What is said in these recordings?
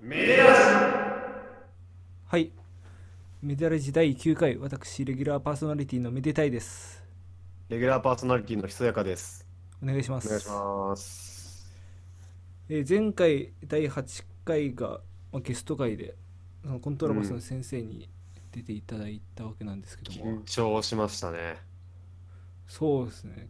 メデラジはい。メディアレジ第9回、私、レギュラーパーソナリティのめでたいです。レギュラーパーソナリティのひそやかです。お願いします。お願いします。えー前回、第8回が、まあ、ゲスト会で、そのコントラバスの先生に出ていただいたわけなんですけども、緊張しましたね。そうですね。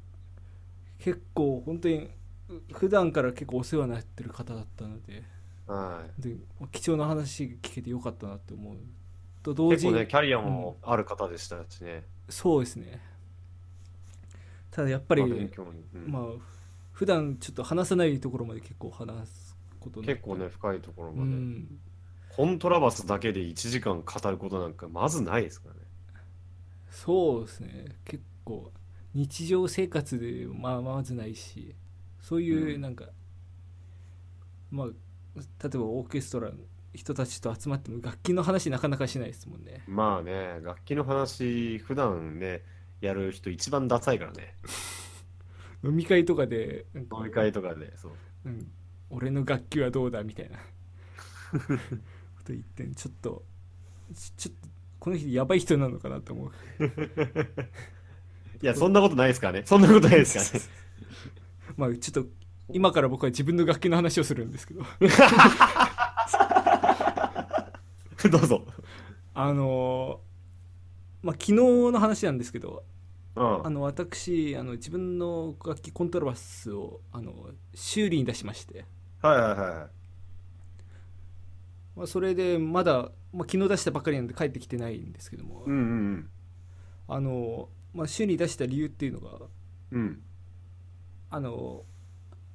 結構、本当に、う普段から結構お世話になってる方だったので、は本当に貴重な話が聞けてよかったなって思う。とい。同結時構に、ね、キャリアもある方でしたしね。そうですね。ただやっぱやり、勉強にうんまあ普段ちょっと話さないところまで結構話すことになって結構ね、深いところうまで、んコントラバスだけで1時間語ることなんかまずないですからね。そうですね結構日常生活でまあまずないしそういううんなんか、まあ例えばオーケストラの人たちと集まっても楽器の話なかなかしないですもんねまあね、楽器の話、普段ね、やる人一番ダサいからね。飲み会とかでなんか飲み会とかで、そう。うん、俺の楽器はどうだみたいなこと言ってちょっとちちょっとこの人やばい人なのかなと思ういや、そんなことないですからね。そんなことないですからね。まあちょっと今から僕は自分の楽器の話をするんですけど どうぞ。あのーまあ昨日の話なんですけどうんあ。の私あの自分の楽器コントラバスをあの修理に出しまして、はいはいはまあ、それでまだ、まあ、昨日出したばかりなんで帰ってきてないんですけども、い。うんうんあのまあ、修理に出した理由っていうのがうん。うん。あの、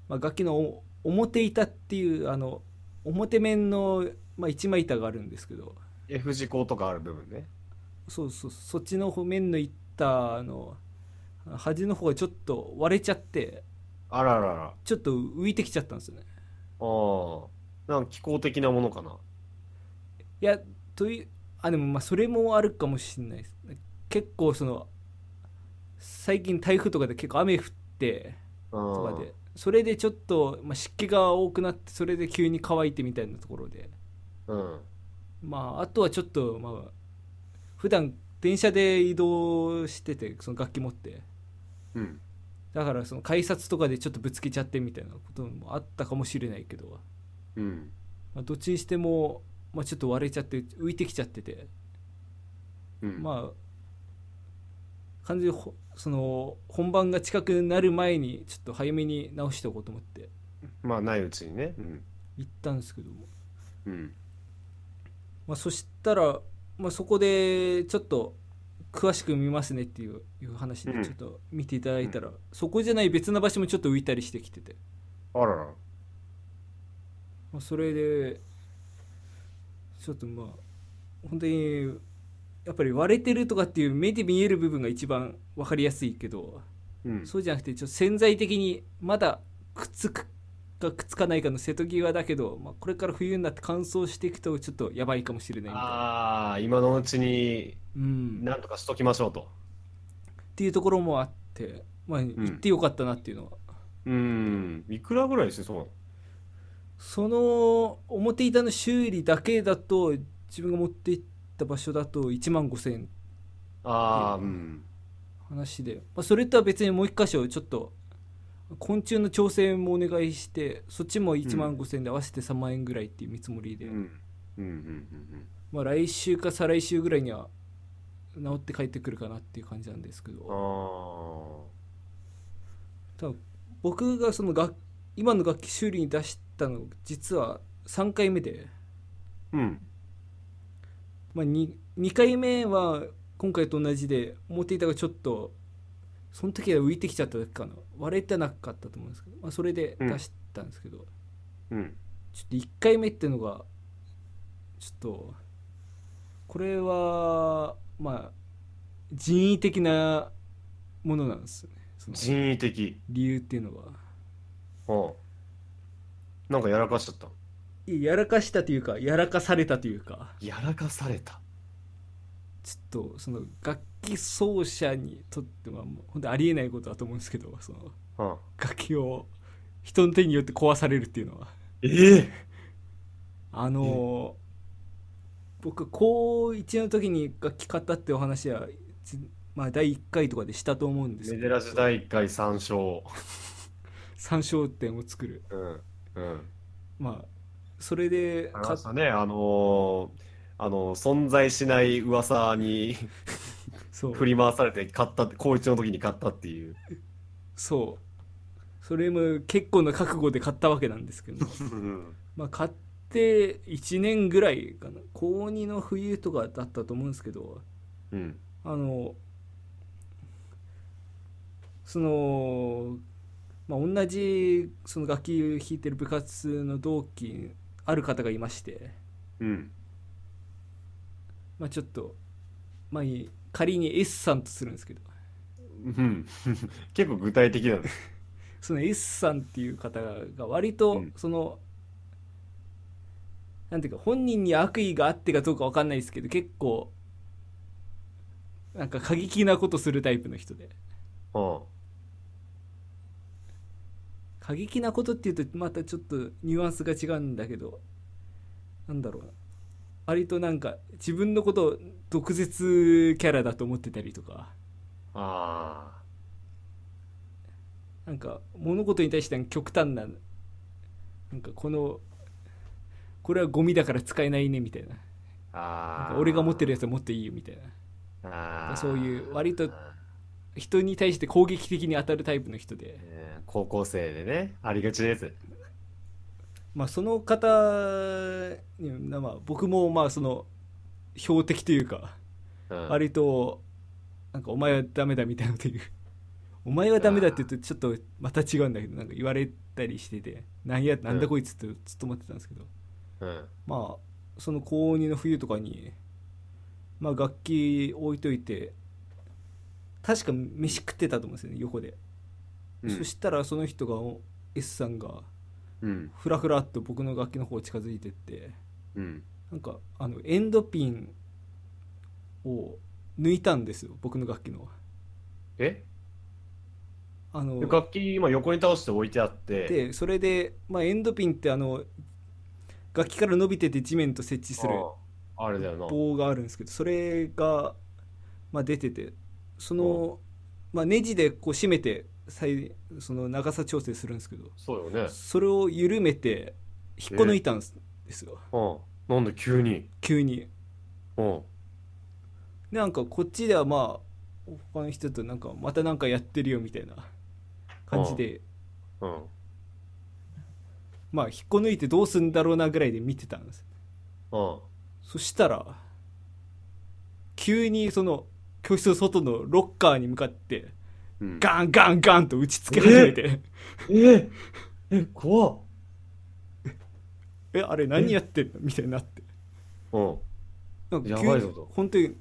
まあ、楽器のお表板っていうあの表面の、まあ、一枚板があるんですけど F 字工とかある部分ね。そうそうそっちの方面のいったあの端の方がちょっと割れちゃってあらららら。あちょっと浮いてきちゃったんですよねあ。なんか気候的なものかな。いやというあでもまあそれもあるかもしれないです結構その最近台風とかで結構雨降ってとうかん。でそれでちょっと、まあ、湿気が多くなってそれで急に乾いてみたいなところでうん。まああとはちょっとまあ普段電車で移動しててその楽器持ってうん。だからその改札とかでちょっとぶつけちゃってみたいなこともあったかもしれないけど、うん。まあ、どっちにしても、まあ、ちょっと割れちゃって浮いてきちゃってて、うん。まあ完全にほその本番が近くなる前にちょっと早めに直しておこうと思ってまあ、ないうちにね。うん。行ったんですけども、うん。まあ、そしたら、まあ、そこでちょっと詳しく見ますねっていういう話うでんちょっと見ていただいたら、そこじゃない別の場所もちょっと浮いたりしてきてて。あらら。まあ、それでちょっとまあ本当にやっぱり割れてるとかっていう目で見える部分が一番分かりやすいけど、うん。そうじゃなくてちょっと潜在的にまだくっつくかくっつかないかの瀬戸際だけど、まあ、これから冬になって乾燥していくとちょっとやばいかもしれないみたいな、ああ、今のうちにうん、っなんとかしときましょうと。ていうところもあって、まあ、行ってよかったなっていうのは、うん。いくらぐらいしてそうなのその表板の修理だけだと自分が持っていった場所だと1万5000円ああ、うん。話で、まあ、それとは別にもう一箇所ちょっと昆虫の調整もお願いしてそっちも1万5000円で合わせて3万円ぐらいっていう見積もりうで、ん。うん。うん。うん。まあ、来週か再来週ぐらいには治って帰ってくるかなっていう感じなんですけああど多分僕がその楽今の楽器修理に出したの実は3回目で、ー。うん。まあ、2, 2回目は今回と同じで表板がちょっとその時は浮いてきちゃっただけかな割れてなかったと思うんですけど、まあ、それで出したんですけど、うん。ちょっと1回目っていうのがちょっとこれはまあ人為的なものなんですよねその人為的。理由っていうのはうん。なんかやらかしちゃった。やらかしたというかやらかされたというかやらかされた。ちょっとその楽器奏者にとってはもう本当ありえないことだと思うんですけどそのうん。楽器を人の手によって壊されるっていうのはええあのー僕高1の時に楽器買ったってお話は、つまあ、第1回とかでしたと思うんですメけデどラジ第1回3勝。参照点を作るうん。うん。まあそれであり買まっしたね。あのーあの、存在しない噂に そう振り回されて買ったって、高一の時に買ったっていう。そうそれも結構な覚悟で買ったわけなんですけどうん。 まあ買って1年ぐらいかな高2の冬とかだったと思うんですけどうん。あのその、まあ、同じその楽器弾いてる部活の同期にある方がいまして、うん。まあ、ちょっと、まあ、いい仮に S さんとするんですけどうん。 結構具体的だね。その S さんっていう方が割とうんその、なんていうか本人に悪意があってかどうか分かんないですけど結構なんか過激なことするタイプの人でうん。過激なことっていうとまたちょっとニュアンスが違うんだけどなんだろうな割となんか自分のことを毒舌キャラだと思ってたりとかああ。なんか物事に対しての極端ななんかこのこれはゴミだから使えないねみたいななんあかあ。俺が持ってるやつは持っていいよみたいあなあ。そういう割とね人に対して攻撃的に当たるタイプの人で、え高校生でね、ありがちなやつ。まあ、その方に、まあ、僕もまあその標的というかうん。割となんかお前はダメだみたいなこと言う お前はダメだって言うとちょっとまた違うんだけどなんか言われたりしててなんやなんだこいつってずっと思ってたんですけど、うん。まあその高2の冬とかに、まあ、楽器置いといて確か飯食ってたと思うんですよね横で、うんそしたらその人が S さんがうん。ふらふらっと僕の楽器の方近づいてってうん。なんかあのエンドピンを抜いたんですよ僕の楽器のえあの楽器今横に倒して置いてあって、でそれで、まあ、エンドピンってあの楽器から伸びてて地面と接地するあああれだよな。棒があるんですけどそれが、まあ、出ててその、まあ、ネジでこう締めて最その長さ調整するんですけどそうよね。それを緩めて引っこ抜いたんですですようん。なんで急に。急に。うん。でなんかこっちではまあ他の人となんかまたなんかやってるよみたいな感じでうん。まあ引っこ抜いてどうすんだろうなぐらいで見てたんですうん。そしたら急にその教室の外のロッカーに向かってうん、ガンガンガンと打ちつけ始めてええ怖っ。えあれ何やってんの みたいになってうん。なんか急にやばいぞと本当に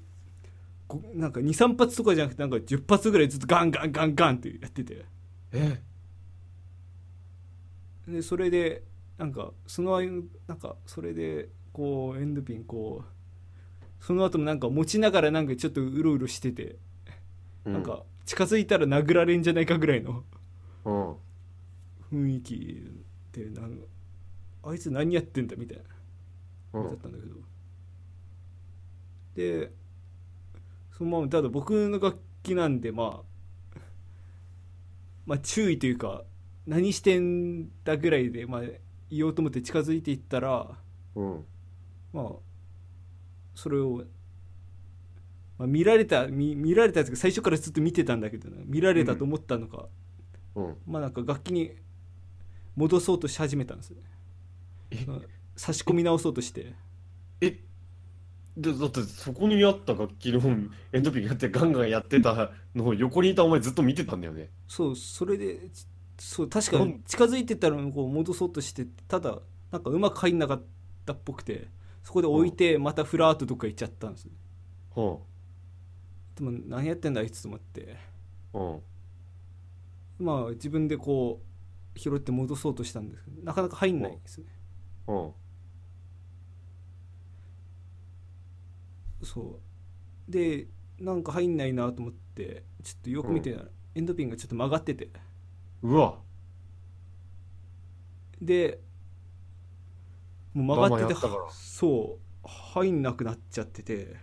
こなんか23発とかじゃなくてなんか10発ぐらいずっとガンガンガンガンってやっててえでそれでなんかそのなんかそれでこうエンドピンこうその後もなんか持ちながらなんかちょっとうろうろしてて、なん。か近づいたら殴られんじゃないかぐらいのうん。雰囲気でなんかあいつ何やってんだみたいなうだっん。たんだけど、でそのままただ僕の楽器なんでまあ まあ注意というか何してんだぐらいでまあ言おうと思って近づいていったらうん。まあそれを、まあ、見られた見見られたやつが最初からずっと見てたんだけどな見られたと思ったのか、うん。まあなんか楽器に戻そうとし始めたんですよねえまあ差し込み直そうとして。えだだってそこにあった楽器のエンドピンやってガンガンやってたのを横にいたお前ずっと見てたんだよね。そうそれでちそう確かなにん近づいてったらこう戻そうとしてただなんかうまく入んなかったっぽくてそこで置いてまたフラーっとどっか行っちゃったんですうん。でも何やってんだあいつと思ってうん。まあ自分でこう拾って戻そうとしたんですけどなかなか入んないですねうん。そうでなんか入んないなと思ってちょっとよく見てたらエンドピンがちょっと曲がっててうわ。でもう曲がってて我慢やったからそう入んなくなっちゃってて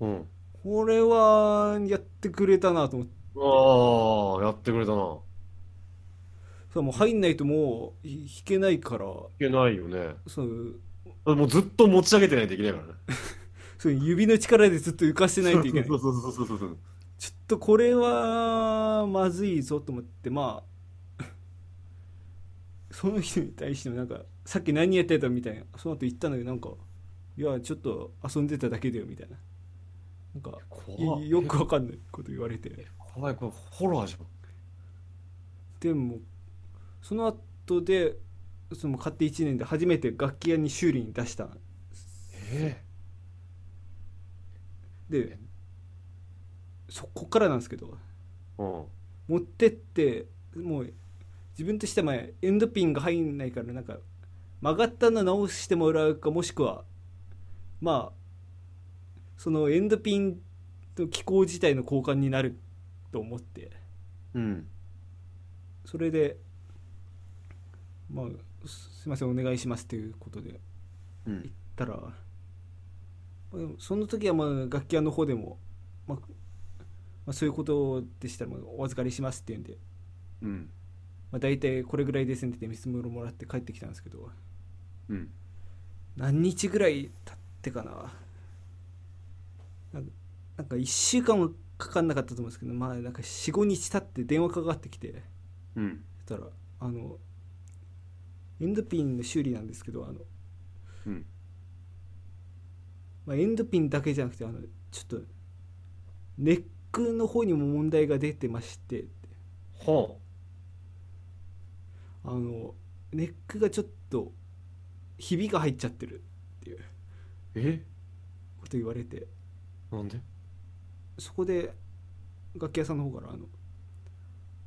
うんこれはやってくれたなと思ってああやってくれたな弾そうもう入んないともうい弾けないからけないよねそのもうずっと持ち上げてないといけないからねその指の力でずっと浮かしてないといけないそうそうそうそうそうそうちょっとこれはまずいぞと思ってまあ その人に対してもなんかさっき何やってたみたいなその後言ったんだけどなんかいやちょっと遊んでただけだよみたいななんか怖いいよくわかんないこと言われて怖いこれホラーじゃんでもその後でその買って1年で初めて楽器屋に修理に出したんえでそこっからなんですけどえうん持ってってもう自分としてはまあエンドピンが入んないからなんか曲がったの直してもらうかもしくはまあそのエンドピンと機構自体の交換になると思ってうんそれでまあすすいませんお願いしますということでうん行ったらまあでもその時はまあ楽器屋の方でも、まあまあ、そういうことでしたらまあお預かりしますって言うんでうんまあ、大体これぐらいですねって見積もりもらって帰ってきたんですけどうん何日ぐらい経ってかななんかなんか1週間はかかんなかったと思うんですけどまあなんか45日経って電話かかってきてうんそしたらあのエンドピンの修理なんですけどあの、うんまあ、エンドピンだけじゃなくてあのちょっとネックの方にも問題が出てましてってはあのネックがちょっとひびが入っちゃってるあえこと言われてなんでそこで楽器屋さんの方からあの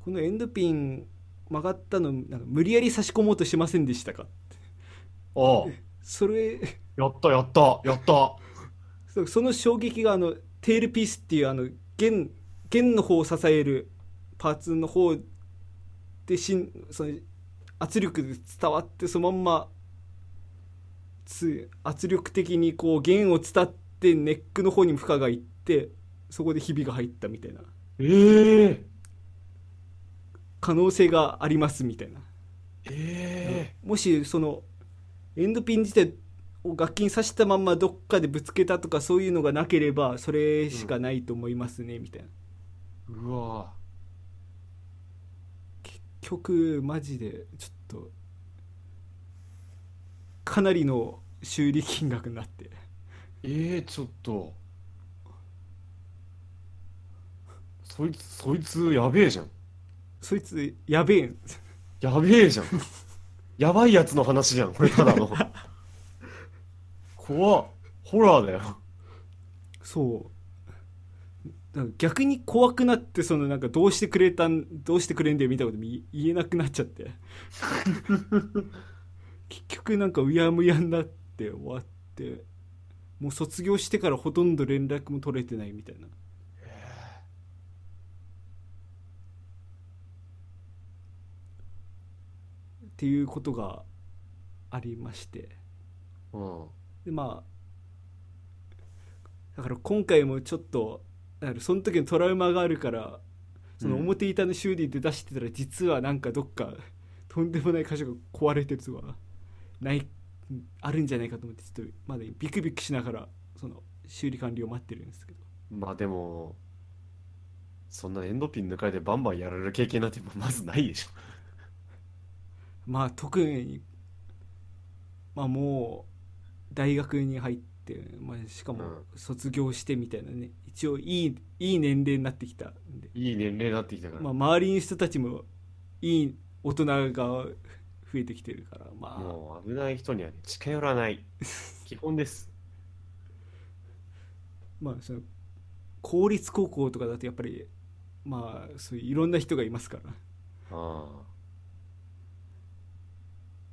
このエンドピン曲がったのなんか無理やり差し込もうとしませんでしたかああそれやったやったやったそその衝撃があのテールピースっていうあの弦弦の方を支えるパーツの方でしんその圧力で伝わってそのまんまつ圧力的にこう弦を伝ってネックの方にも負荷がいってそこでひびが入ったみたいなええ可能性がありますみたいな、えもしそのエンドピン自体を楽器に刺したまんまどっかでぶつけたとかそういうのがなければそれしかないと思いますね、みたいなえうわ結局マジでちょっとかなりの修理金額になってええちょっとそいつそいつやべえじゃんそいつやべえんやべえじゃん やばいやつの話じゃんこれただ の怖っホラーだよそうだから逆に怖くなってそのなんかどうしてくれたんどうしてくれんだよみたいなことも言言えなくなっちゃって結局なんかうやむやになって終わってもう卒業してからほとんど連絡も取れてないみたいなっていうことがありましてうんでまあだから今回もちょっとだからその時のトラウマがあるからそのうん表板の修理で出してたら実はなんかどっかとんでもない箇所が壊れてるとかないあるんじゃないかと思ってちょっとまだビクビクしながらその修理完了を待ってるんですけどまあでもそんなエンドピン抜かれてバンバンやられる経験なんて まずないでしょまあ特にまあもう大学に入って、まあ、しかも卒業してみたいなね一応いいいい年齢になってきたんでいい年齢になってきたから、まあ、周りの人たちもいい大人が増えてきてるからまあもう危ない人にはね近寄らない 基本ですまあその公立高校とかだとやっぱりまあそういういろんな人がいますからああ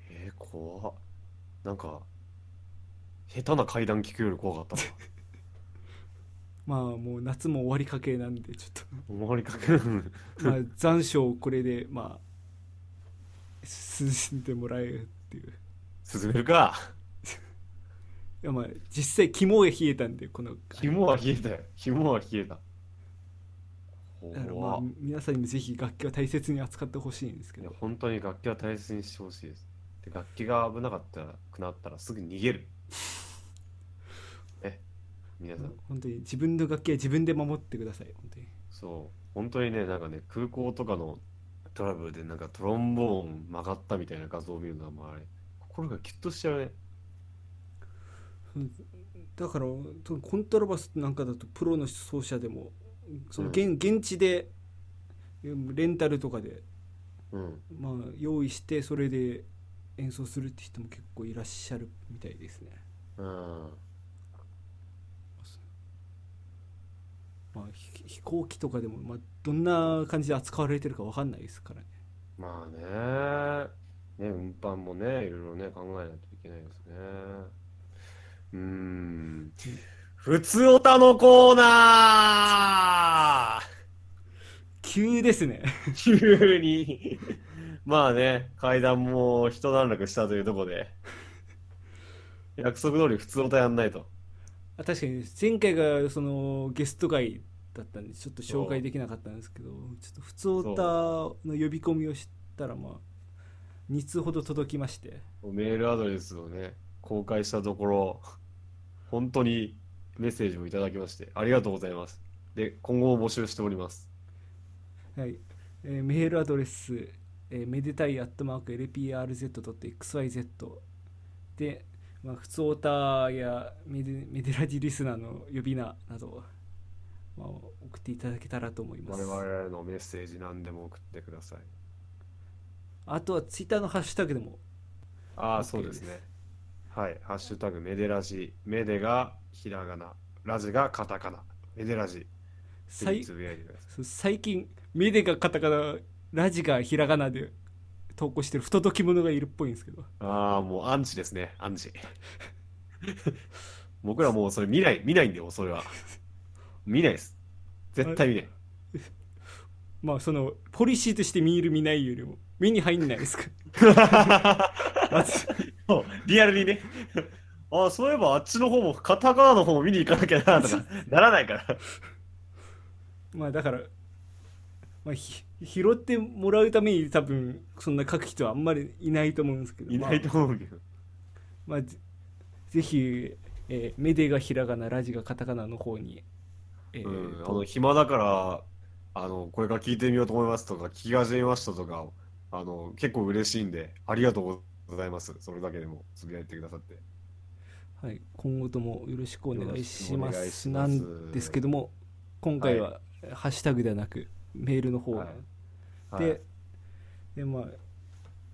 えー、怖っなんか下手な階段聞くより怖 かったわまあもう夏も終わりかけなんでちょ周りかけ る っと、まあ、残暑をこれでまあ涼んでもらえるっていう進めるかやまあ実際肝が冷えたんでこの紐は冷えたよ紐は冷えただからま怖あっ皆さんにもぜひ楽器は大切に扱ってほしいんですけいやど本当に楽器は大切にしてほしいですで楽器が危なかったらくなったらすぐ逃げ るえ皆さん本当に自分の楽器は自分で守ってください本当にそう本当にねなんかね空港とかのトラブルでなんかトロンボーン曲がったみたいな画像を見るのはもうあれ心がキュッとしちゃうねだからとコントラバスなんかだとプロの奏者でもそのうん現,、現地でうんレンタルとかで、うんまあ、用意してそれで演奏するって人も結構いらっしゃるみたいですね、うんまあ、ひ飛行機とかでも、まあ、どんな感じで扱われてるかわかんないですからねまあねね運搬もねいろいろね考えないといけないですねうーん普通おたのコーナー急ですね 急にまあね階段も一段落したというとこで約束通り普通歌やんないとあ確かに前回がそのゲスト会だったんでちょっと紹介できなかったんですけどちょっと普通歌の呼び込みをしたらまあ2通ほど届きましてメールアドレスをね公開したところ本当にメッセージもいただきましてありがとうございますで今後も募集しておりますはい、えーメールアドレス、えーめでたいアットマーク LPRZ.xyz で、まあ、普通オタやメデメデラジリスナーの呼び名など、まあ、送っていただけたらと思いま我す。々へのメッセージ何でも送ってくださいあとはツイッターのハッシュタグでも、あ OK あそうですねはい「ハッシュタグメデラジ」メデがひらがなラジがカタカナメデラジさぜひいつぶやいてくださいそう最近、メデがカタカナ、ラジがひらがなで投稿してる不届き者がいるっぽいんですけど、ああ、もうアンチですね、アンチ。 僕らもうそれ見ない、見ないんだよ、それは。見ないです。絶対見ない。まあ、その、ポリシーとして見る見ないよりも、目に入んないですか。 まずそうリアルにね。ああ、そういえばあっちの方も、カタカナの方も見に行かなきゃな、と か、ならないから。まあだから、まあ、ひ拾ってもらうために多分そんな書く人はあんまりいないと思うんですけどいないと思うけど。まあ、まあぜぜひ、えーメデがひらがなラジがカタカナの方に、えーうん、あとの、暇だから、あの、これから聞いてみようと思いますとか、聞き始めましたとか、あの、結構嬉しいんで、ありがとうございます。それだけでも、つぶやいてくださって。はい、今後ともよろしくお願いしまよろしすくおな願いしますんですけども今回は、ハッシュタグではなくメールの方、はいはいででまあ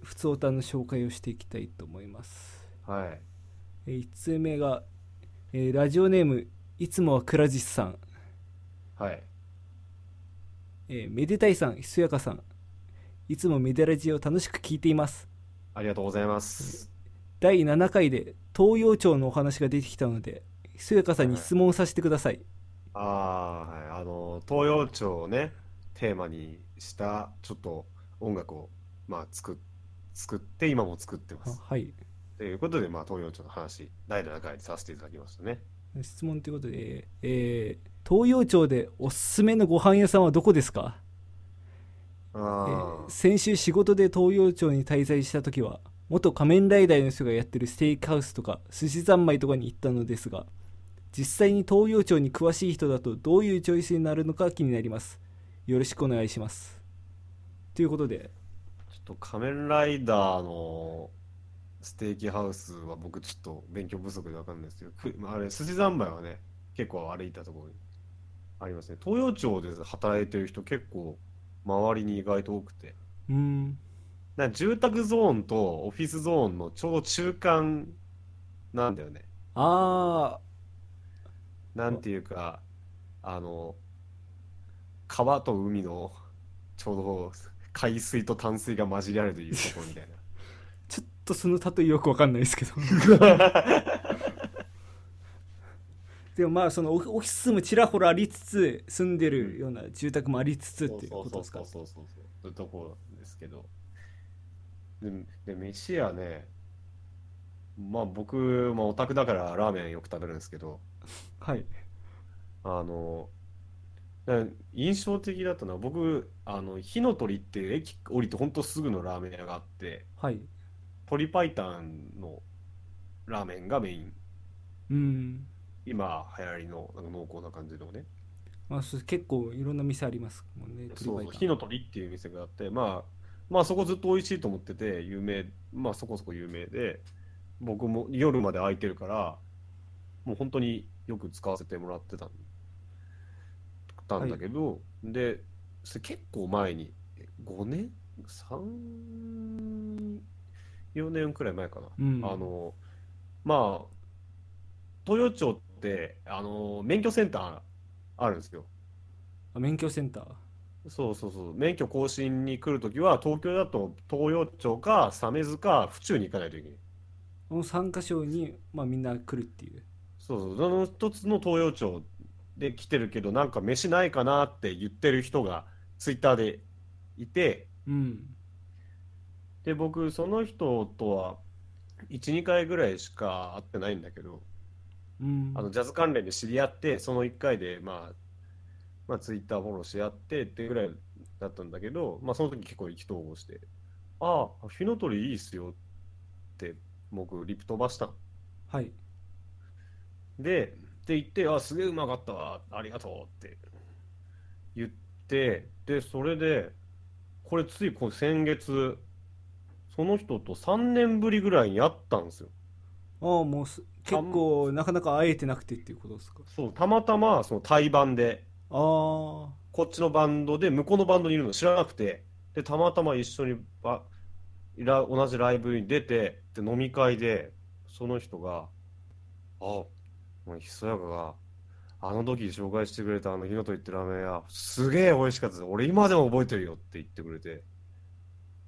普通歌の紹介をしていきたいと思いますはい。え1通目が、えーラジオネームいつもはくらじさん、はい。えーめでたいさんひそやかさんいつもめでラジを楽しく聞いていますありがとうございます。第7回で東洋町のお話が出てきたのでひそやかさんに質問させてください、ああ、はい、あの、東洋町をね、テーマにした、ちょっと音楽を、まあ、作っ、作って、今も作ってまあす。はいということで、まあ、東洋町の話、第7回にさせていただきましたね。質問ということで、えー東洋町でおすすめのご飯屋さんはどこですか、えあー先週仕事で東洋町に滞在した時は元仮面ライダーの人がやってるステーキハウスとか寿司三昧とかに行ったのですが実際に東洋町に詳しい人だとどういうチョイスになるのか気になりますよろしくお願いしますということであ、ちょっと仮面ライダーのステーキハウスは僕ちょっと勉強不足でわかんないですけど、くまああれ、筋三昧はね、結構歩いたところにありますね。東洋町で働いてる人結構、周りに意外と多くて。うーんなんか住宅ゾーンとオフィスゾーンのちょうど中間なんだよね。あなんていうか、あの、川と海のちょうど海水と淡水が混じり合うというところみたいな。ーちょっとその例えよくわかんないです けどでもまあそのオフオフィスもちらほらありつつ住んでるような住宅もありつつっていうことですかそうそうそうそうそうそういうところですけどでで飯屋ねまあ僕、まあ、オタクだからラーメンよく食べるんですけど、はいあの、だ印象的だったのは僕、あの、火の鳥っていう駅降りてほんとすぐのラーメン屋があって、はい鳥白湯のラーメンがメイン。うん今流行りのなんか濃厚な感じのね。まあ、そう結構いろんな店ありますもんねそうそう、鳥火バイの鳥っていう店があって、まあ、まあそこずっと美味しいと思ってて、有名、まあそこそこ有名で、僕も夜まで空いてるから、もう本当によく使わせてもらってたんたんだけど、で、それ結構前に、え5年 ?3、4年くらい前かな。ターうんあの、まあ、豊町って、あの、免許センターあるんですよ。あ免許センターそうそうそう、免許更新に来るときは、東京だと東洋町か鮫洲か府中に行かないといけない。この3か所に、まあ、みんな来るっていうそうそう、その一つの東洋町で来てるけど、なんか飯ないかなって言ってる人がツイッターでいて、うんで、僕、その人とは1、2回ぐらいしか会ってないんだけど、うんあのジャズ関連で知り合って、その1回で、まあ、まあ、ツイッターフォローし合ってってぐらいだったんだけど、まあ、その時結構意気投合して、ああ、火の鳥いいっすよって、僕、リプ飛ばしたの。はいで、って言って、ああ、すげえうまかったわ、ありがとうって言って、で、それで、これついこう先月、その人と3年ぶりぐらいに会ったんですよ。ああもうす結構なかなか会えてなくてっていうことですかそう、たまたま、その対バンで。ああはこっちのバンドで向こうのバンドにいるの知らなくてでたまたま一緒にばら同じライブに出てで飲み会でその人が「あもうひそやかがあの時紹介してくれたあの火の鳥ってラーメン屋すげえ美味しかったです俺今でも覚えてるよ」って言ってくれて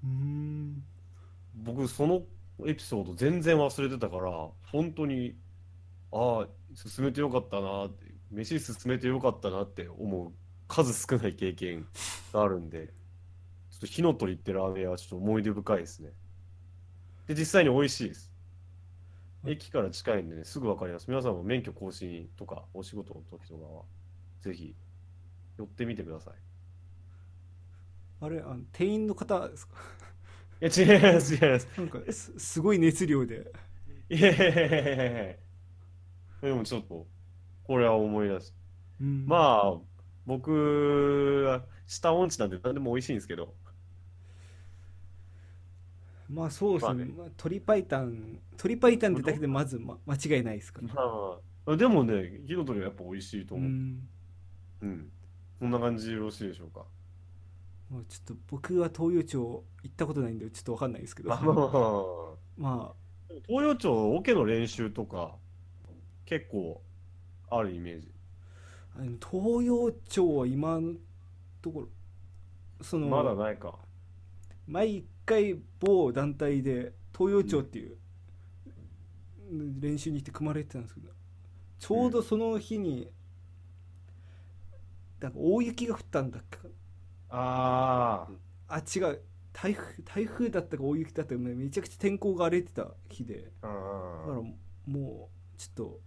うん僕そのエピソード全然忘れてたから本当にああ進めてよかったなって飯進めてよかったなって思う数少ない経験があるんでちょっと火の鳥ってラーメン屋はちょっと思い出深いですねで実際に美味しいです駅から近いんでねすぐ分かります皆さんも免許更新とかお仕事の時とかはぜひ寄ってみてくださいあれあの店員の方ですかい や違います違いますなんかす すごい熱量でいやいやいやいやいやいやでもちょっと、これは思い出す。うんまあ、僕は下音痴なんで何でも美味しいんですけど、まあそうですね、まあねまあ、鳥パイタン鳥パイタンってだけでまず、ま、 間違いないですから、まあ、でもね、火の鳥はやっぱ美味しいとう思う。んうん。こんな感じでよろしいでしょうか。まあ、ちょっと僕は東洋町行ったことないんでちょっと分かんないですけどまあまあまあまあまでも東洋町、オケの練習とか、結構あるイメージ。あでも東洋町は今のところその、まだないか。毎回某団体で東洋町っていう練習に行って組まれてたんですけどちょうどその日に、なんか大雪が降ったんだっけああ違う台風台風だったか大雪だったかめちゃくちゃ天候が荒れてた日であ。だからもうちょっと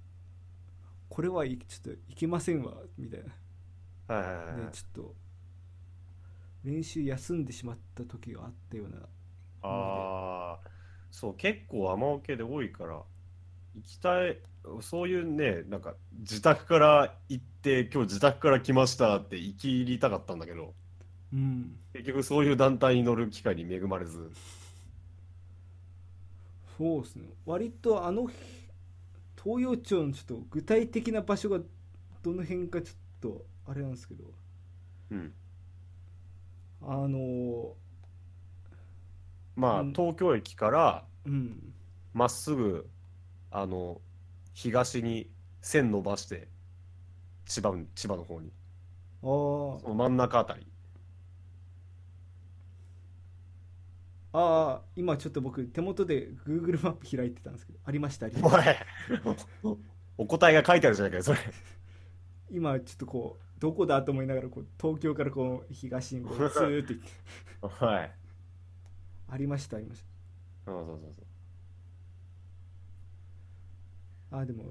これはいちょっといけませんわみたいなはいはいはいはいね、。ちょっと練習休んでしまった時があったようなああ、そう、結構雨オケで多いから、行きたい、そういうね、なんか、自宅から行って、今日自宅から来ましたって行き入りたかったんだけど、うん結局そういう団体に乗る機会に恵まれず、そうですね割とあの日東洋町のちょっと具体的な場所がどの辺かちょっとあれなんですけどうん。あのーまあ、うん東京駅からうんまっすぐ、あの、東に線伸ばして、千葉に、千葉の方に、あーその真ん中あた り。あー今ちょっと僕手元で Google マップ開いてたんですけどありましたありまおしたい、お答えが書いてあるじゃないかよ、それ。今ちょっとこうどこだと思いながらこう東京からこう東にこうずーっと行ってはい。ありましたありましたそうそうそうそう。あでも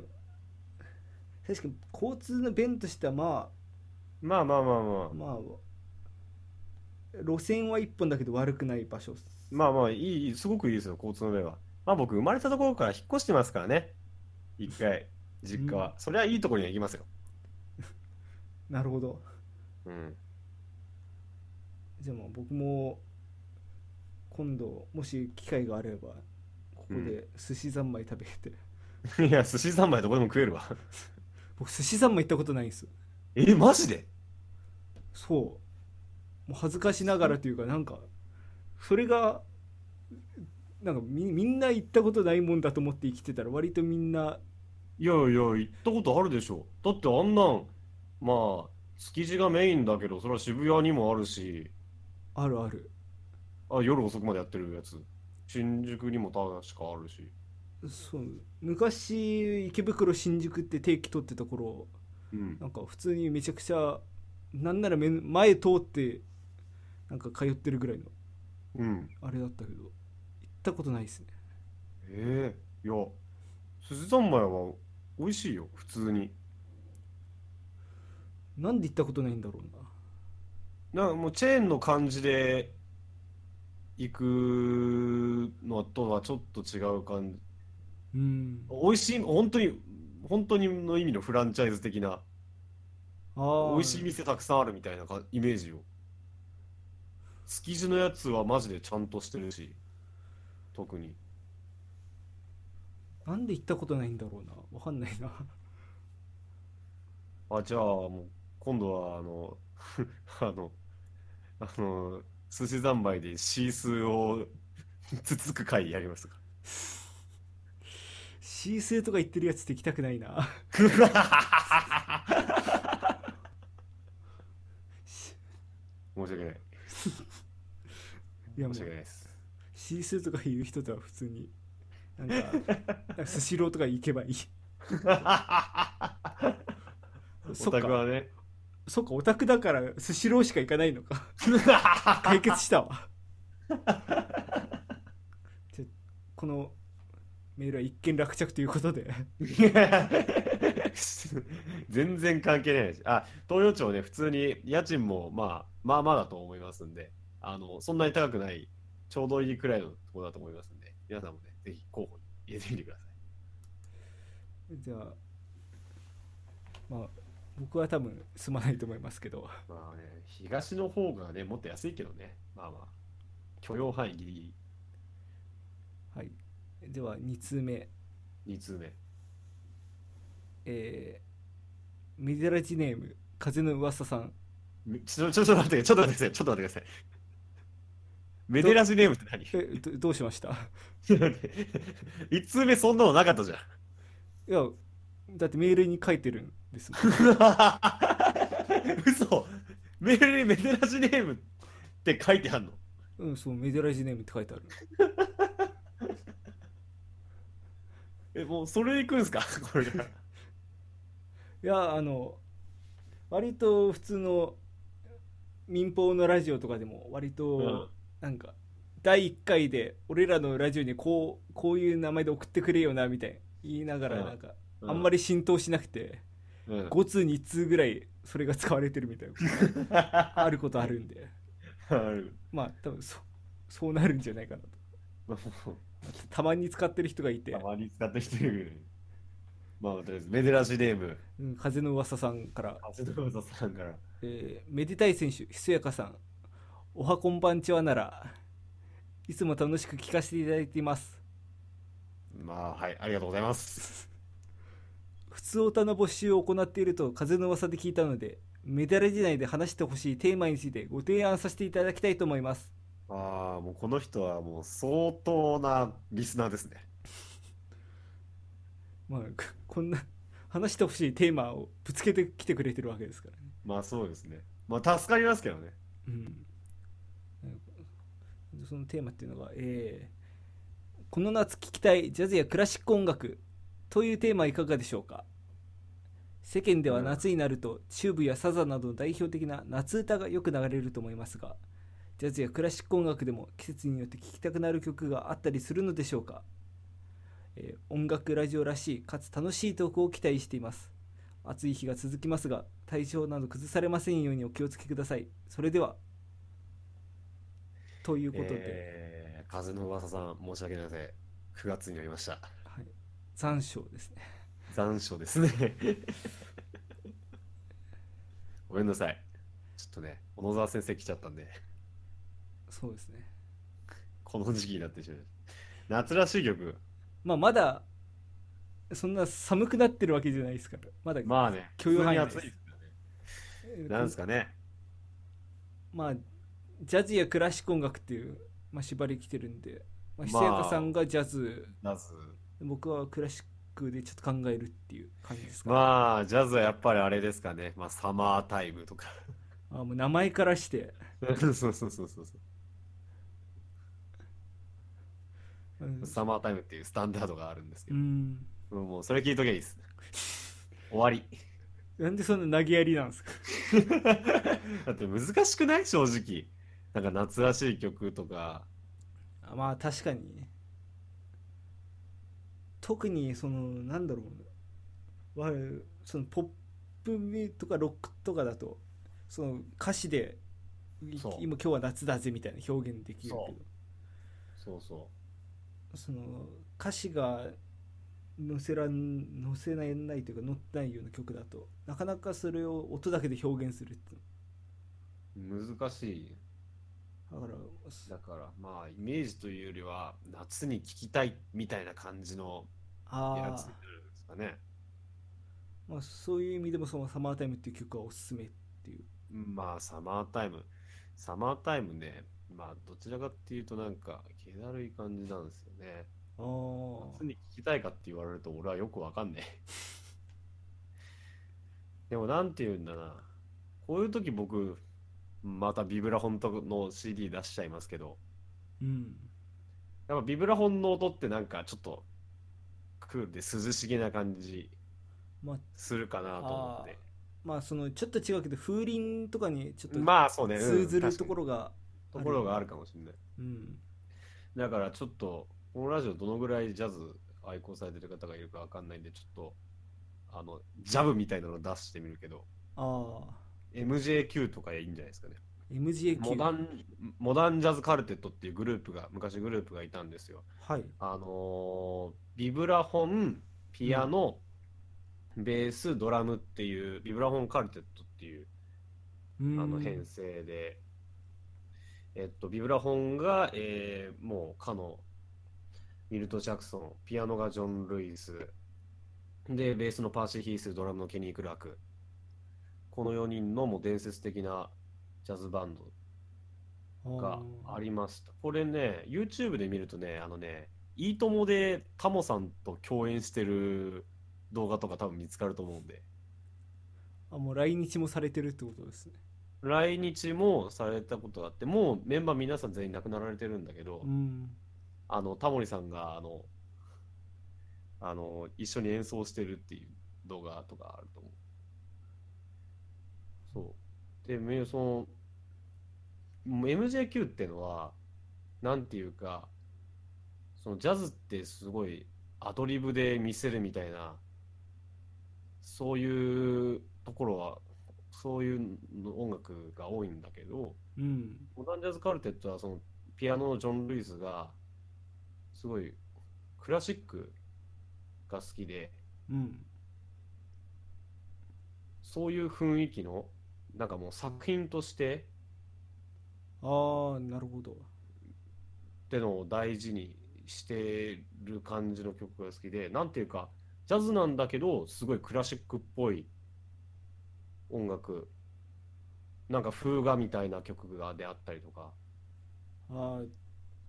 確かに交通の便としてはままあまあまあまああ。まあ路線は一本だけど悪くない場所っすまあまあ、いい、すごくいいですよ、交通の便は。まあ僕、生まれたところから引っ越してますからね。一 回、実家は。そりゃいいところには行きますよ。なるほど うん。じゃあまあ僕も今度もし機会があればここで寿司三昧食べて、いや、寿司三昧どこでも食えるわ。僕寿司三昧行ったことないんですよ え、マジでそうもう恥ずかしながらというかなんかそれがなんかみみんな行ったことないもんだと思って生きてたら割とみんないやいや、行ったことあるでしょ。だってあんなん、まあ、築地がメインだけど、それは渋谷にもあるし、あるあるあ、夜遅くまでやってるやつ。新宿にも確かあるし。そう昔池袋新宿って定期取ってた頃うん。なんか普通にめちゃくちゃなんなら目の前通ってなんか通ってるぐらいのうん。あれだったけど行ったことないですねええいや、寿司三昧は美味しいよ、普通に。なんで行ったことないんだろうななんかもうチェーンの感じで行くのとはちょっと違う感じ。うん美味しい、本当に、本当にの意味のフランチャイズ的な、あー美味しい店たくさんあるみたいなかイメージを。築地のやつはマジでちゃんとしてるし、特に。なんで行ったことないんだろうなわかんないなあ、じゃあもう、今度はあの、 あの、あの、寿司三昧でシースーをつつく会やりますか。 シースーとか行ってるやつって行きたくないな申し訳ない。いやも申し訳なういです。シースーとか言う人とは普通になんかなんかスシローとか行けばいいオそっタかクはね。そっかオタクだからスシローしか行かないのか解決したわじゃこのメールは一件落着ということで 全然関係ないし。あ、東洋町ね、普通に家賃もまあまあまあだと思いますんで、あの、そんなに高くない、ちょうどいいくらいのところだと思いますんで、皆さんもね、ぜひ候補に入れてみてください。じゃあまあ僕は多分すまないと思いますけどまあね、東の方がね、もっと安いけどね、まあまあ、許容範囲ギリギはいでは2通目リ、2通目。えー、メディラジネーム風の噂さんめちょ、ちょ、ちょっと待って、ちょっと待ってください、ちょっと待ってください。 メデラジネームって何えどどうしました 一通目そんなのなかったじゃん。 いやだってメールに書いてるんですもん嘘メールにメデラジネームって書いてあんの うんそうメディラジネームって書いてあるえ、もうそれ行くんすか これが。いやあの割と普通の民放のラジオとかでも割うんとなんか第1回で俺らのラジオにこうこういう名前で送ってくれよなみたいな言いながうらんなんかあんまり。り浸透しなくてうん 5通に1通ぐらいそれが使われてるみたいなあることあるんであるまあ多分そそうなるんじゃないかなとまあたまに使ってる人がいてた、まに使ってきてる。まあ、とりあえず、メデラジネーム。うん、風の噂さんからあ、ちょっとごめんなさいさんから。えーめでたい選手ひそやかさんおはこんばんちはならいつも楽しく聞かせていただいていますまあ、はい、ありがとうございます。普通おたの募集を行っていると風の噂で聞いたのでメダル時代で話してほしいテーマについてご提案させていただきたいと思いますああ、もうこの人はもう相当なリスナーですね。まあここんな話してほしいテーマをぶつけてきてくれてるわけですからねまあそうですね。まあ助かりますけどね。うんそのテーマっていうのが、えーこの夏聴きたいジャズやクラシック音楽というテーマはいかがでしょうか世間では夏になるとチューブやサザンなどの代表的な夏歌がよく流れると思いますがジャズやクラシック音楽でも季節によって聴きたくなる曲があったりするのでしょうかえー音楽ラジオらしいかつ楽しいトークを期待しています暑い日が続きますが体調など崩されませんようにお気をつけくださいそれではということで、えー風の噂さん、申し訳ないません。9月になりました。はい、残暑ですね残暑ですね。 ごめんなさい。ちょっとね、小野沢先生来ちゃったんで、そうですねこの時期になってしまいました。夏らしい曲。まあまだそんな寒くなってるわけじゃないですからまだ、まあね、許容範囲普内通に暑いでですよね。えーなんですかね。まあジャズやクラシック音楽っていう、まあ、縛りきてるんで、ままあ、久あやかさんがジャズ、まず、僕はクラシックでちょっと考えるっていう感じですか、まあ、ジャズはやっぱりあれですかね。まあ、サマータイムとか。あ、もう名前からしてそうそうそうそうそう。うん、サマータイムっていうスタンダードがあるんですけうど、んもうそれ聞いとけばいいです。終わり。なんでそんな投げやりなんですか だって難しくない正直。なんか夏らしい曲とか。あまあ確かにね特にそのなんだろうわそのポップとかロックとかだとその歌詞でいそう今今日は夏だぜみたいな表現できるけどそそうそその歌詞が載せらん載せないないというか載ってないような曲だとなかなかそれを音だけで表現するっていうう。難しい。だからだから、まあ、イメージというよりは、夏に聴きたいみたいな感じのやあつにあなるんですかね。まあそういう意味でもその「サマータイム」っていう曲はおすすめっていうまあ、サマータイム。サマータイムね、まあ、どちらかっていうと、なんか、気だるい感じなんですよね。ああ夏に聞きたいかって言われると俺はよくわかんねえ でもなんて言うんだなこういう時僕またビブラフォンとの CD 出しちゃいますけどうんやっぱビブラフォンの音ってなんかちょっとクールで涼しげな感じまあするかなと思ってまあそのちょっと違うけど風鈴とかにちょっとまあそうね通ずうんる確かとにころがところがあるかもしれないうんだからちょっとこのラジオどのぐらいジャズ愛好されてる方がいるかわかんないんでちょっとあのジャブみたいなの出してみるけどああ MJQ とかいいんじゃないですかね MGA モダンモダンジャズカルテットっていうグループが昔グループがいたんですよ。はいあのービブラフォンピアノ、ベースドラムっていうビブラフォンカルテットっていうああの編成で、えっと、ビブラフォンが、えーもうかのミルト・ジャクソンピアノがジョン・ルイスでベースのパーシー・ヒースドラムのケニー・クラークこの4人のもう伝説的なジャズバンドがありました。これね、YouTube で見るとね、あのね、いいともでタモさんと共演してる動画とか多分見つかると思うんで、あもう来日もされてるってことですね来日もされたことがあって、もうメンバー皆さん全員亡くなられてるんだけど、うんあのタモリさんがあのあの一緒に演奏してるっていう動画とかあると思う。そう。で、めその、もう MJQ ってのは、なんていうか、そのジャズってすごいアドリブで見せるみたいな、そういうところは、そういうの音楽が多いんだけど、うんモダンジャズカルテットはそのピアノのジョン・ルイスがすごいクラシックが好きでうんそういう雰囲気のなんかもう作品としてああなるほどってのを大事にしてる感じの曲が好きでなんていうかジャズなんだけどすごいクラシックっぽい音楽なんか風画みたいな曲がであったりとかああ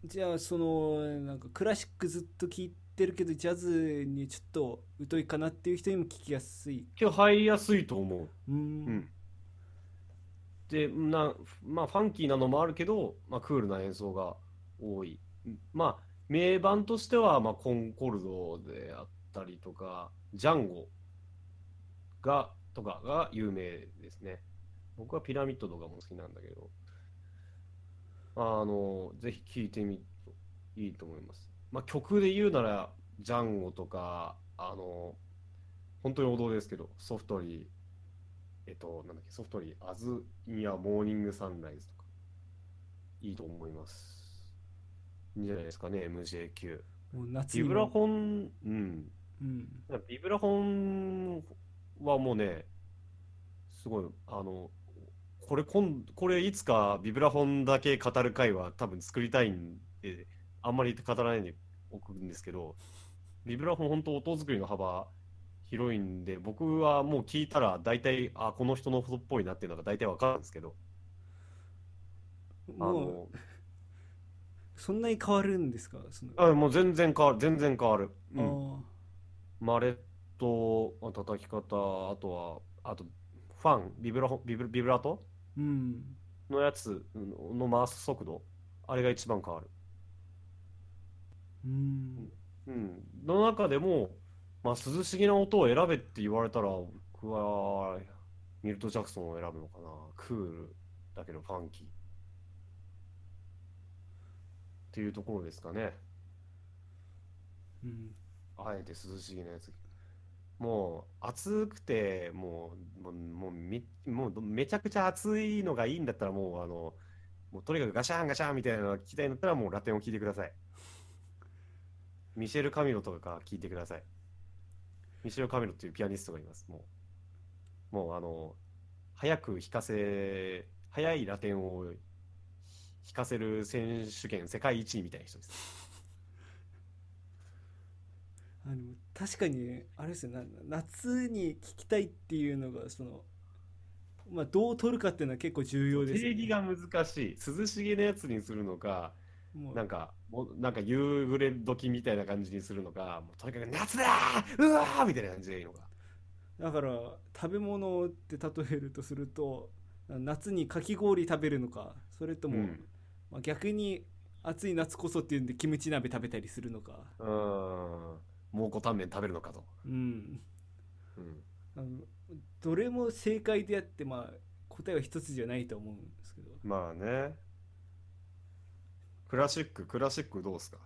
じゃあそのなんかクラシックずっと聴いてるけどジャズにちょっと疎いかなっていう人にも聞きやすい今日入りやすいと思う。うんうんでな、まあ、ファンキーなのもあるけど、まあ、クールな演奏が多い。うんまあ、名盤としては、まあ、コンコルドであったりとか、ジャンゴがとかが有名ですね。僕はピラミッドとかも好きなんだけど、あのぜひ聴いてみるといいと思います。まあ、曲で言うなら、ジャンゴとか、あの、本当に王道ですけど、ソフトリー、えっと、なんだっけ、ソフトリー、アズ・イン・ヤ・モーニング・サンライズとか、いいと思います。いいんじゃないですかね、MJQ。もう夏ビにブラも、ホン、うん。うん、ビブラホンはもうね、すごい、あの、これ今、これいつかビブラホンだけ語る回は多分作りたいんで、あんまり語らないでおくんですけど、ビブラホン本当音作りの幅広いんで、僕はもう聞いたら大体、あ、この人のことっぽいなっていうのが大体わかるんですけど、あもの、うそんなに変わるんですかそのあもう全然変わる、全然変わる。あうん。ーマレット、あ叩き方、あとは、あと、ファン、ビブラホン、ビブビブラートうんのやつの回す速度、あれが一番変わる。うんうん。の中でも、まあ、涼しげな音を選べって言われたら、僕は、ミルト・ジャクソンを選ぶのかな。クールだけどファンキー。っていうところですかね。うんあえて涼しげなやつ。もう暑くて、もう、もう、もうみ、もうめちゃくちゃ暑いのがいいんだったら、もうあの、もうとにかくガシャンガシャンみたいなのが聞きたいんだったら、もうラテンを聞いてください。ミシェル・カミロとか聞いてください。ミシェル・カミロっていうピアニストがいます。もう、もうあの、早く弾かせ、早いラテンを弾かせる選手権世界一位みたいな人です。あの確かにねあれですよな夏に聞きたいっていうのがそのまあどう取るかっていうのは結構重要ですよ定ね義が難しい涼しげなやつにするのかもうなんかもなんか夕暮れ時みたいな感じにするのかもうとにかく夏だーうわーみたいな感じでいいのかだから食べ物って例えるとすると夏にかき氷食べるのかそれとも、うんまあ、逆に暑い夏こそっていうんでキムチ鍋食べたりするのかうーん蒙古タンメン食べるのかと、うんうん、あのどれも正解であってまあ答えは一つじゃないと思うんですけどまあねクラシッククラシックどうすか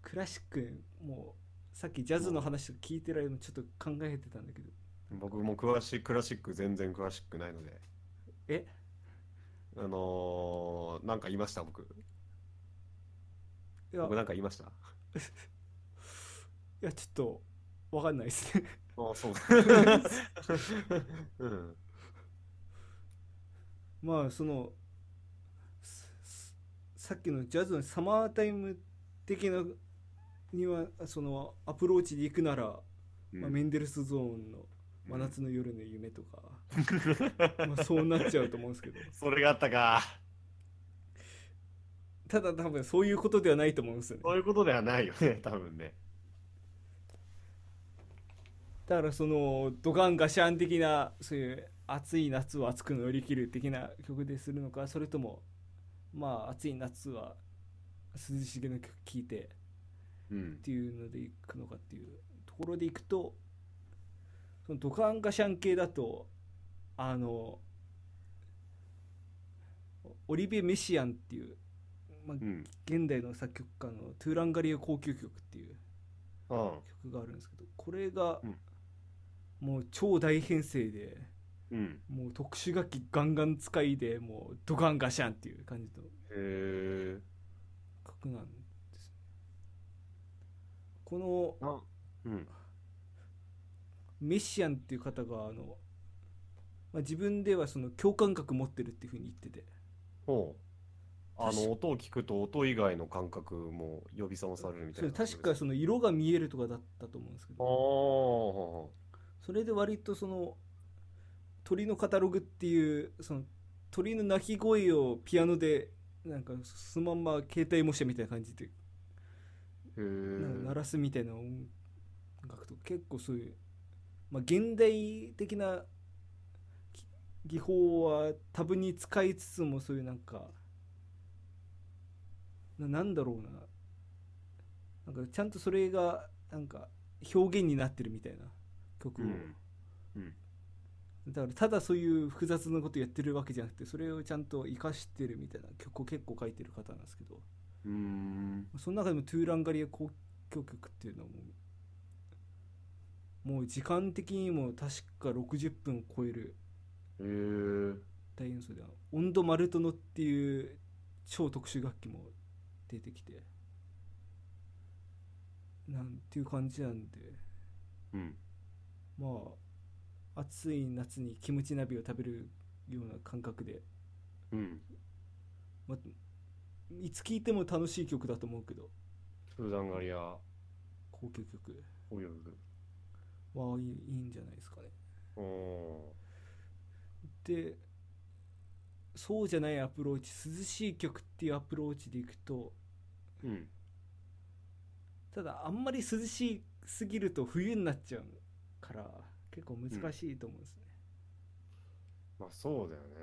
クラシックもうさっきジャズの話とか聞いてられるのちょっと考えてたんだけど僕も詳しいクラシック全然詳しくないのでえあのー、なんか言いました僕いや僕なんか言いましたいやちょっとわかんないですね あ あそう、うん、まあそのすすさっきのジャズのサマータイム的なにはそのアプローチで行くなら、まあ、メンデルスゾーンの「真夏の夜の夢」とか、まあ、そうなっちゃうと思うんですけど それがあったか。ただ多分そういうことではないと思うんですよねそういうことではないよ ね、多分ね。だからそのドカンガシャン的なそういう暑い夏を暑く乗り切る的な曲でするのかそれともまあ暑い夏は涼しげな曲聴いてうんっ。ていうのでいくのかっていうところでいくとそのドカンガシャン系だとあのオリビエ・メシアンっていう、まあ、うん。現代の作曲家のトゥーランガリア高級曲っていううん。曲があるんですけどこれがうんもう超大編成でうん。もう特殊楽器ガンガン使いでもうドカンガシャンっていう感じのへえ。曲なんですねこのあ、うん。メシアンっていう方があの、まあ、自分ではその共感覚持ってるっていうふうに言っててほう。あ確の、音を聞くと音以外の感覚も呼び覚まされるみたそいうな感じ確かその色が見えるとかだったと思うんですけああどそれで割とその鳥のカタログっていうその鳥の鳴き声をピアノでなんかそのまんま携帯模写みたいな感じでへなんか鳴え。らすみたいな音楽と結構そういう、まあ、現代的なき技法は多分に使いつつもそういうなんかななんだろうななんかちゃんとそれがなんか表現になってるみたいな曲うを、ん。うん。だからただそういう複雑なことやってるわけじゃなくてそれをちゃんと生かしてるみたいな曲を結構書いてる方なんですけどうーん。その中でもトゥーランガリア高響曲っていうのはもうもう時間的にも確か60分を超えるへー大演奏で温度マルトノっていう超特殊楽器も出てきてなんていう感じなんでうん。まあ暑い夏にキムチ鍋を食べるような感覚で、うん。まあ、いつ聴いても楽しい曲だと思うけど普段狩りや、高級曲泳ぐ。はいいいいんじゃないですかねおでそうじゃないアプローチ涼しい曲っていうアプローチでいくとーうん。ただあんまり涼しすぎると冬になっちゃうから結構難しいと思うんですね、まあそうだよね。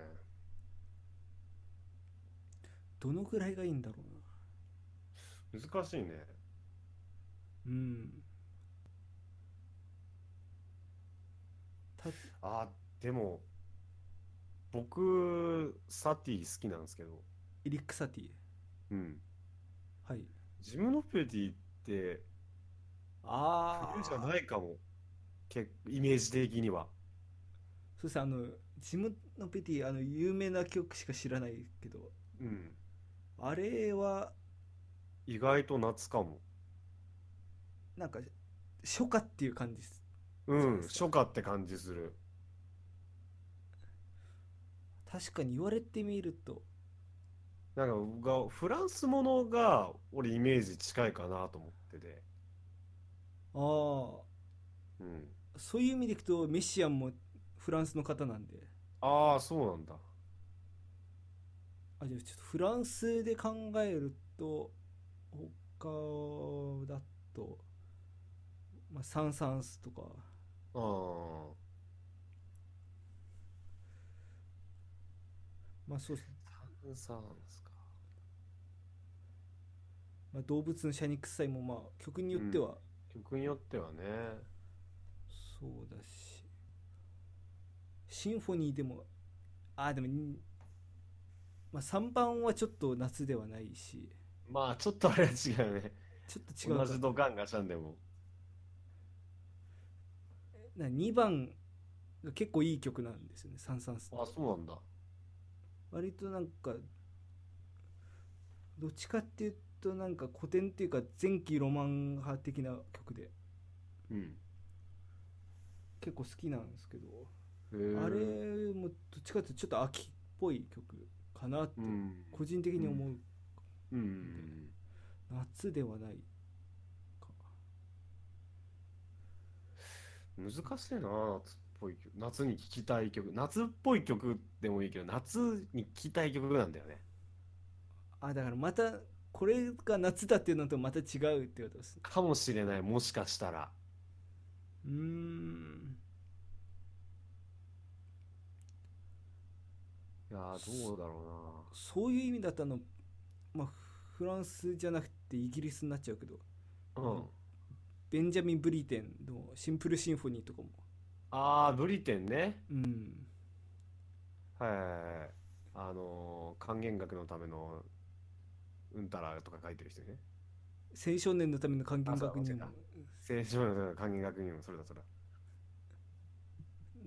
どのくらいがいいんだろうな難しいね。うんたあ、でも、僕、サティ好きなんですけど、エリック・サティうん。はいジムノペティって、あ冬じゃいないかも。けイメージ的には。そうですねあのジムのペティあの有名な曲しか知らないけどうん。あれは意外と夏かも。なんか初夏っていう感じですう、そうんです初夏って感じする。確かに言われてみるとなんかがフランスものが俺イメージ近いかなと思ってて、あうん、あそういう意味でいくとメシアンもフランスの方なんでああそうなんだあじゃあちょっとフランスで考えると他だと、まあ、サン・サンスとかあーまあそうですね、炭酸ですかまあ、動物のシャニクサイもまあ曲によっては曲によってはねそうだし、シンフォニーでもああでもに、まあ、3番はちょっと夏ではないしまあちょっとあれは違うねちょっと違う同かじドガンガシャンでもな2番が結構いい曲なんですよね「サンサンス」あそうなんだ割となんかどっちかっていうとなんか古典っていうか前期ロマン派的な曲でうん結構好きなんですけどへあれーもどっちかっていうとちょっと秋っぽい曲かなってうん個人的に思う、うん夏ではないか難しいな夏っぽい曲夏に聴きたい曲夏っぽい曲でもいいけど夏に聴きたい曲なんだよねあだからまたこれが夏だっていうのとまた違うってことですねかもしれないもしかしたらうーんいやーどうだろそういう意味だとあのまあフランスじゃなくてイギリスになっちゃうけどうなうんベンジャミン・ブリテンのシンプルシンフォニーとかも、ああ、ブリテンね。うん、はいはいはい。あのー、還元楽のためのうんたらとか書いてる人ね。青少年のための還元学にあもそ青少年の還元楽にもそれだそれ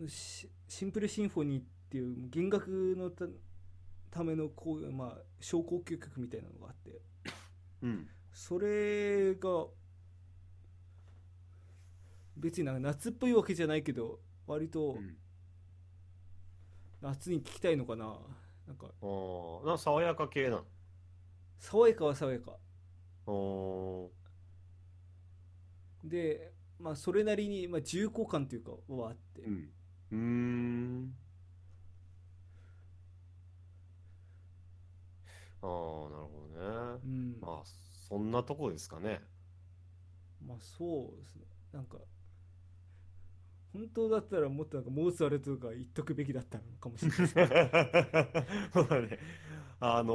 だ。しシンプルシンフォニーっていう弦楽のたためのこう、まあ、小高級曲みたいなのがあってうん。それが別になんか夏っぽいわけじゃないけど割とうん、夏に聴きたいのかななんかおーなんか爽やか系な爽やかは爽やかの。おーで、まあ、それなりに、まあ、重厚感というかはあって、うん。うーん。ああ、なるほどねう。んまあ、そんなとこですか ね。まあそうですねなんか本当だったらもっとなんかモーツァルトとか言っとくべきだったのかもしれないですねそうだね。あの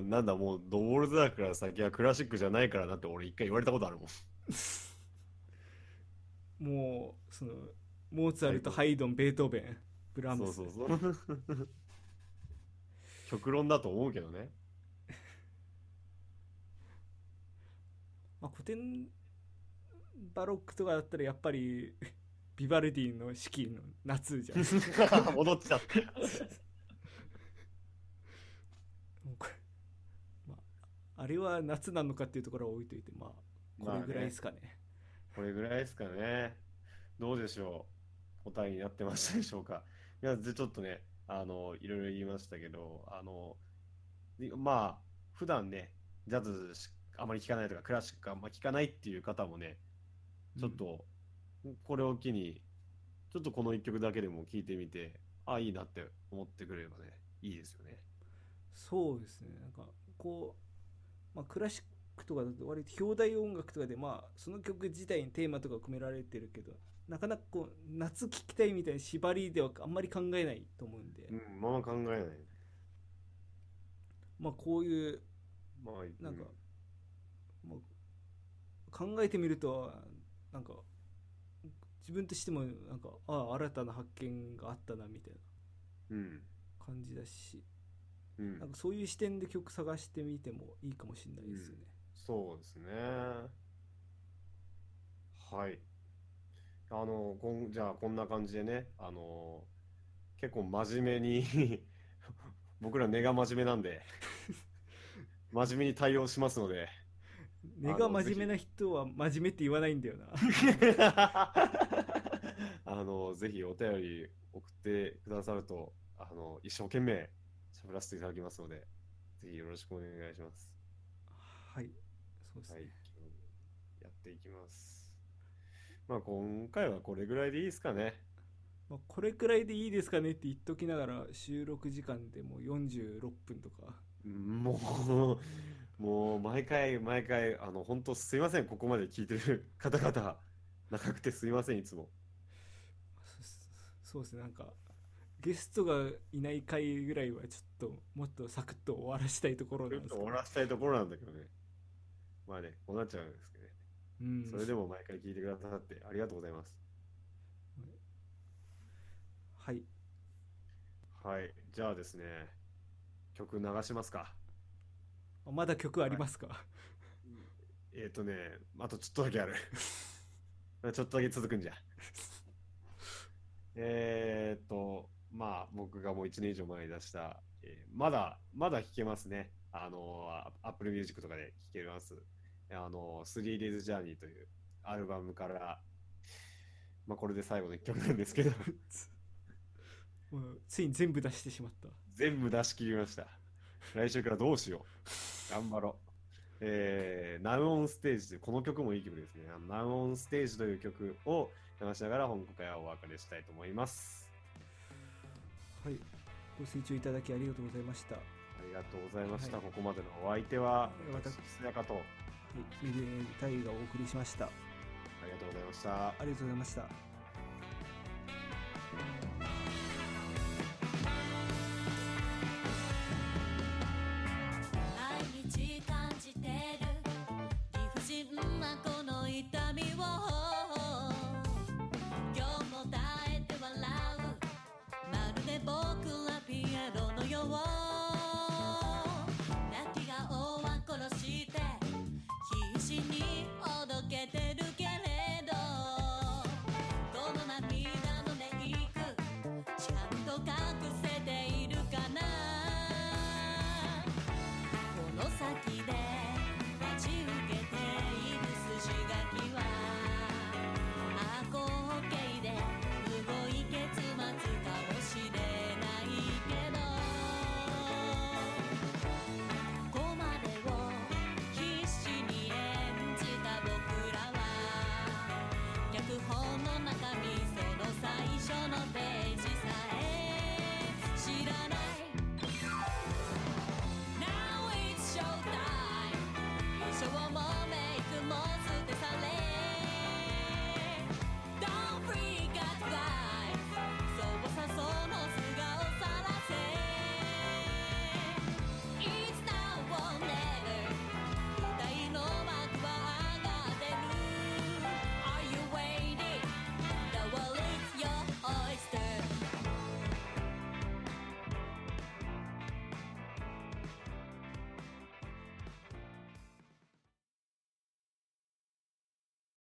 ー、なんだもうドボルザーから先はクラシックじゃないからなって俺一回言われたことあるもん。もうそのモーツァルトハイドンベートーベンブラームそうスそうそう。 極論だと思うけど ね。まあ、古典バロックとかだったらやっぱり ビバルディの四季の夏 じゃんも戻っちゃった。うこれ、まあ、あれは夏なのかっていうところは置いといてまあこれぐらいですかね,、これぐらいですかね。どうでしょう。答えになってましたでしょうか。いや、でちょっとね、あの、いろいろ言いましたけど、あの、いまあ、普段ね、ジャズしあまり聞かないとか、クラシックあんま聞かないっていう方もね、ちょっと、これを機に、ちょっとこの一曲だけでも聞いてみて、あ、いいなって思ってくれればね、いいですよね。そうですねなんかこう、まあ、クラシックとかだと割と表題音楽とかでまあその曲自体にテーマとか組められてるけどなかなかこう夏聴きたいみたいな縛りではあんまり考えないと思うんで、うん、まあまあ考えない。まあこういうまあ、なんかう、まあ、考えてみるとなんか自分としてもなんかああ新たな発見があったなみたいなうん。感じだしうんなんかそういう視点で曲探してみてもいいかもしれないですよね。そうですね。はい。あの、こん、じゃあこんな感じでね、あの、結構真面目に 僕ら根が真面目なんで、真面目に対応しますので。根が真面目な人は真面目って言わないん だよな。あの、ぜひお便り送ってくださると、あの、一生懸命喋らせていただきますので、ぜひよろしくお願いします。はい、そうですはね。い、やっていきます。まあ今回はこれぐらいでいいですかね。まあ、これくらいでいいですかねって言っときながら収録時間でもう46分とか。も う、もう毎回毎回、あの、本当すいません、ここまで聞いてる方々、長くてすいません、いつも。そうですねなんかゲストがいない回ぐらいはちょっともっとサクッと終わらしたいところちなょっんですとけど終わらせたいところなんだけどね。まあね、こうなっちゃうんですけどね。うん、それでも毎回聞いてくださってありがとうございます。はいはい、じゃあですね、曲流しますか。あまだ曲ありますか、えっとね、あとちょっとだけある。 ちょっとだけ続くんじゃ。えーっと、まあ、僕がもう1年以上前に出した、えーまだ、まだ聴けますね。あのー、Apple Music とかで聴けます。あのー、3 Days Journey というアルバムから、まあ、これで最後の1曲なんですけど、もうついに全部出してしまった全部出し切りました。来週からどうしよう。頑張ろう。えー、ナウオンステージという、この曲もいい曲ですね。あのナウオンステージという曲を流しながら本国はお別れしたいと思います。はいご清聴いただきありがとうございました、はい、ありがとうございました。はいここまでのお相手は、私私、キスヤカと、メディタイがお送りしましたあありがとうございました。りがとうございました毎日感じてる理不尽なこの痛みを今日も耐えて笑うまるで僕はピエロのよう泣き顔は殺して必死におどけてるけれどこの涙のメイクちゃんと隠せているかなこの先で待ち受けている筋書きはあこうけいで動い結末かもしれないけどここまでを必死に演じた僕らは脚本の中身その最初のテ